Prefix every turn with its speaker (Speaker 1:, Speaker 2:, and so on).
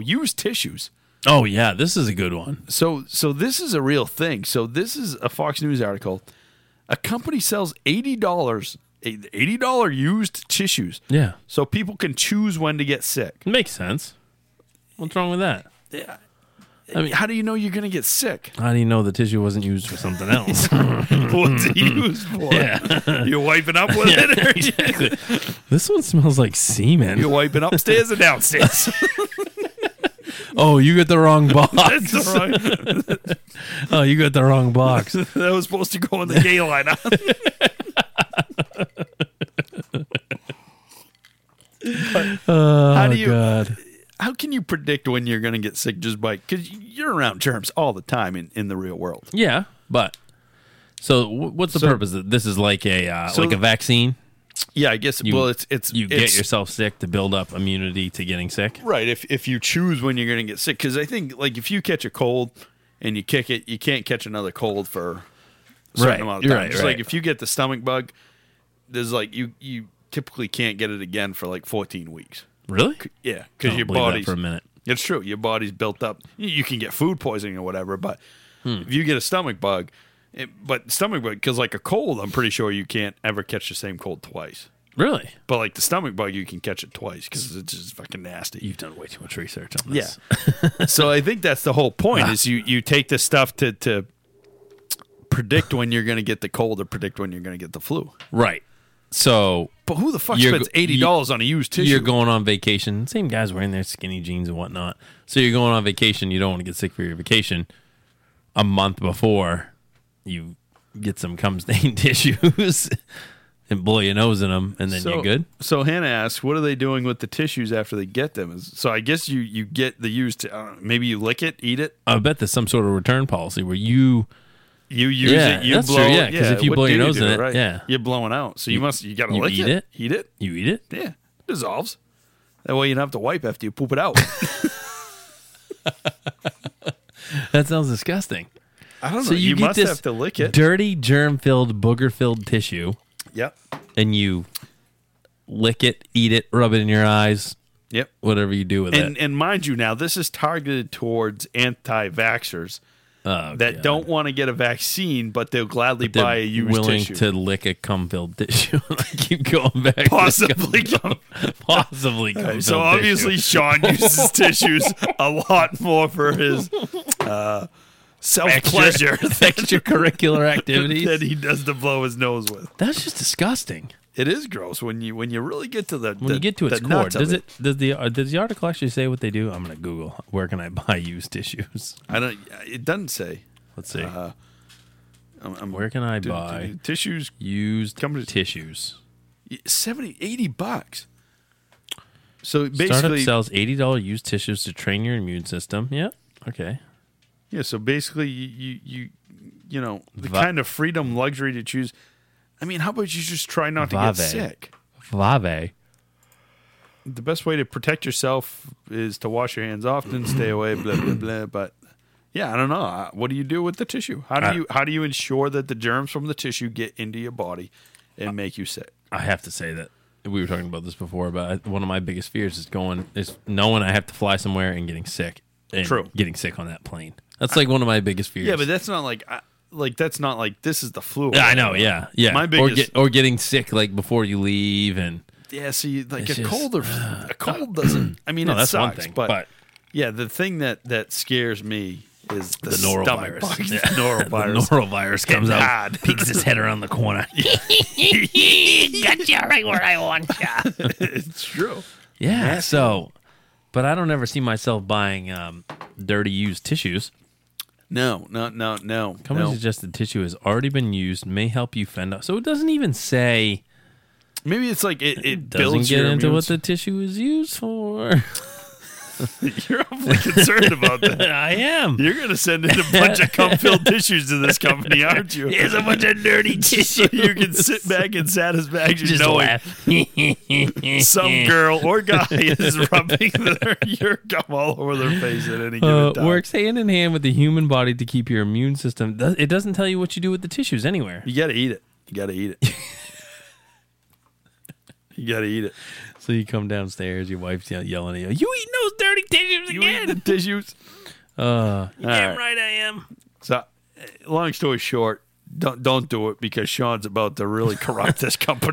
Speaker 1: use tissues.
Speaker 2: Oh yeah, this is a good one.
Speaker 1: So so this is a real thing. So this is a Fox News article. A company sells eighty dollars eighty dollar used tissues.
Speaker 2: Yeah,
Speaker 1: So people can choose when to get sick.
Speaker 2: it makes sense. What's wrong with that? I mean,
Speaker 1: How do you know you're gonna get sick?
Speaker 2: how do you know the tissue wasn't used for something else?
Speaker 1: What's it used for?
Speaker 2: yeah,
Speaker 1: You're wiping up with it. Or
Speaker 2: this one smells like
Speaker 1: you're
Speaker 2: semen.
Speaker 1: wiping upstairs and downstairs.
Speaker 2: Oh, you got the wrong
Speaker 1: That's
Speaker 2: box.
Speaker 1: all right.
Speaker 2: Oh, you got the wrong box.
Speaker 1: That was supposed to go in the gay line.
Speaker 2: Oh
Speaker 1: How do you-
Speaker 2: God.
Speaker 1: How can you predict when you're going to get sick just by because you're around germs all the time in, in the real world?
Speaker 2: Yeah, but so wh- what's the
Speaker 1: So-
Speaker 2: purpose? of This is like a uh,
Speaker 1: So-
Speaker 2: like a vaccine.
Speaker 1: Yeah, I guess.
Speaker 2: You-
Speaker 1: well, it's it's
Speaker 2: You
Speaker 1: it's-
Speaker 2: get yourself sick to build up immunity to getting sick.
Speaker 1: right if if you choose when you're going to get sick because I think like if you catch a cold and you kick it, you can't catch another cold for a certain
Speaker 2: Right,
Speaker 1: amount of time.
Speaker 2: right,
Speaker 1: Just
Speaker 2: right.
Speaker 1: like if you get the stomach bug, there's like you you typically can't get it again for like 14 weeks.
Speaker 2: Really?
Speaker 1: Yeah,
Speaker 2: I
Speaker 1: because
Speaker 2: don't
Speaker 1: your
Speaker 2: believe that
Speaker 1: body's
Speaker 2: for a minute.
Speaker 1: It's true. Your body's built up. You- You can get food poisoning or whatever, but
Speaker 2: Hmm.
Speaker 1: if you get a stomach bug, it, but stomach bug, because like a cold, I'm pretty sure you can't ever catch the same cold twice.
Speaker 2: Really?
Speaker 1: But like the stomach bug, you can catch it twice because it's just fucking nasty.
Speaker 2: You've done way too much research on
Speaker 1: Yeah.
Speaker 2: this.
Speaker 1: so I think that's the whole point is you, you take this stuff to, to predict when you're going to get the cold or predict when you're going to get the flu.
Speaker 2: Right. So
Speaker 1: But who the fuck
Speaker 2: You're
Speaker 1: spends
Speaker 2: go- you-
Speaker 1: $80 on a used tissue?
Speaker 2: you're going on vacation. Same guys wearing their skinny jeans and whatnot. So you're going on vacation. You don't want to get sick for your vacation. A month before, you get some cum stained tissues and blow your nose in them, and then
Speaker 1: so,
Speaker 2: you're good.
Speaker 1: So Hannah asks, "What are they doing with the tissues after they get them?" Is- So I guess you you get the used. I don't know, maybe you lick it, eat it.
Speaker 2: I bet there's some sort of return policy where you
Speaker 1: You use
Speaker 2: Yeah,
Speaker 1: it. You
Speaker 2: that's
Speaker 1: blow.
Speaker 2: true,
Speaker 1: it.
Speaker 2: yeah, 'cause if you
Speaker 1: what
Speaker 2: blow your
Speaker 1: do
Speaker 2: nose
Speaker 1: do,
Speaker 2: in it,
Speaker 1: right?
Speaker 2: yeah.
Speaker 1: you're blowing out. So you, must you gotta
Speaker 2: you
Speaker 1: lick
Speaker 2: eat
Speaker 1: it,
Speaker 2: it?
Speaker 1: eat it.
Speaker 2: you eat it.
Speaker 1: Yeah, dissolves. That way you don't have to wipe after you poop it out.
Speaker 2: That sounds disgusting.
Speaker 1: I don't know.
Speaker 2: So you, get
Speaker 1: must
Speaker 2: this
Speaker 1: have to lick it.
Speaker 2: dirty, germ-filled, booger-filled tissue,
Speaker 1: Yep.
Speaker 2: and you lick it, eat it, rub it in your eyes,
Speaker 1: Yep.
Speaker 2: whatever you do with
Speaker 1: And
Speaker 2: it.
Speaker 1: and mind you, now this is targeted towards anti-vaxxers
Speaker 2: Oh,
Speaker 1: that
Speaker 2: God.
Speaker 1: don't want to get a vaccine, but they'll gladly
Speaker 2: They're
Speaker 1: buy a used
Speaker 2: willing
Speaker 1: tissue.
Speaker 2: to lick a cum-filled tissue. I keep going back. to
Speaker 1: Possibly
Speaker 2: cum- possibly. cum-filled
Speaker 1: So obviously,
Speaker 2: tissue.
Speaker 1: Sean uses tissues a lot more for his uh, self pleasure
Speaker 2: extracurricular activities.
Speaker 1: than he does to blow his nose with.
Speaker 2: That's just disgusting.
Speaker 1: It is gross when you when you really get to the
Speaker 2: When you get to its core, does it, does the uh, does the article actually say what they do? I'm gonna Google. Where can I buy used tissues?
Speaker 1: I don't. It doesn't say.
Speaker 2: Let's see.
Speaker 1: Uh, I'm, I'm-
Speaker 2: Where can I
Speaker 1: do- do-
Speaker 2: buy
Speaker 1: do- tissues?
Speaker 2: used
Speaker 1: Come to-
Speaker 2: tissues?
Speaker 1: 70, 80 bucks. So
Speaker 2: Startup
Speaker 1: basically,
Speaker 2: sells eighty dollar used tissues to train your immune system. Yeah. Okay.
Speaker 1: Yeah, so basically, you you you, you know the
Speaker 2: Va-
Speaker 1: kind of freedom, luxury to choose. I mean, how about you just try not to get
Speaker 2: Vave.
Speaker 1: sick?
Speaker 2: Vave.
Speaker 1: The best way to protect yourself is to wash your hands often, stay away, blah blah blah. But yeah, I don't know. Uh, What do you do with the tissue? How do
Speaker 2: I-
Speaker 1: you how do you ensure that the germs from the tissue get into your body and make you sick?
Speaker 2: I have to say that we were talking about this before, but I- one of my biggest fears is going is knowing I have to fly somewhere and getting sick. And
Speaker 1: True.
Speaker 2: Getting sick on that plane. That's like one of my biggest fears.
Speaker 1: Yeah, but that's not like I, like that's not like this is the flu.
Speaker 2: Yeah, I know. Yeah, yeah.
Speaker 1: My
Speaker 2: or,
Speaker 1: biggest-
Speaker 2: get, or getting sick like before you leave, and
Speaker 1: Yeah, see, like a
Speaker 2: It's just- uh,
Speaker 1: cold or a cold doesn't. I mean,
Speaker 2: no,
Speaker 1: it
Speaker 2: that's
Speaker 1: sucks,
Speaker 2: one thing.
Speaker 1: but,
Speaker 2: But,
Speaker 1: Yeah, the thing that that scares me is the,
Speaker 2: the
Speaker 1: stomach
Speaker 2: norovirus,
Speaker 1: bug.
Speaker 2: Yeah.
Speaker 1: Norovirus.
Speaker 2: the norovirus comes out,
Speaker 1: hard.
Speaker 2: peeks its head around the corner.
Speaker 3: Got you right where I want you.
Speaker 1: it's true.
Speaker 2: yeah. So, but I don't ever see myself buying um, dirty used tissues.
Speaker 1: No, no, no, no.
Speaker 2: Company
Speaker 1: no.
Speaker 2: suggested tissue has already been used, may help you fend off. So it doesn't even say.
Speaker 1: Maybe it's like it, it
Speaker 2: doesn't
Speaker 1: builds
Speaker 2: get
Speaker 1: your
Speaker 2: into
Speaker 1: immune
Speaker 2: what the tissue is used for.
Speaker 1: system. You're awfully concerned about that.
Speaker 2: I am.
Speaker 1: You're going to send in a bunch of cum-filled tissues to this company, aren't you?
Speaker 2: Here's a bunch of dirty
Speaker 1: So
Speaker 2: tissue.
Speaker 1: you can sit back in satisfaction
Speaker 2: Just
Speaker 1: knowing
Speaker 2: laugh.
Speaker 1: some girl or guy is rubbing their, your cum all over their face at any given
Speaker 2: Uh,
Speaker 1: time.
Speaker 2: works hand in hand with the human body to keep your immune system. Does- It doesn't tell you what you do with the tissues anywhere.
Speaker 1: You got to eat it. You got to eat it. you got to eat it.
Speaker 2: So you come downstairs, your wife's ye- yelling at you, "You eating those dirty tissues
Speaker 1: You eat the tissues.
Speaker 2: Uh,
Speaker 1: All right.
Speaker 2: right I am.
Speaker 1: So, eh, long story short, don't don't do it because Sean's about to really corrupt this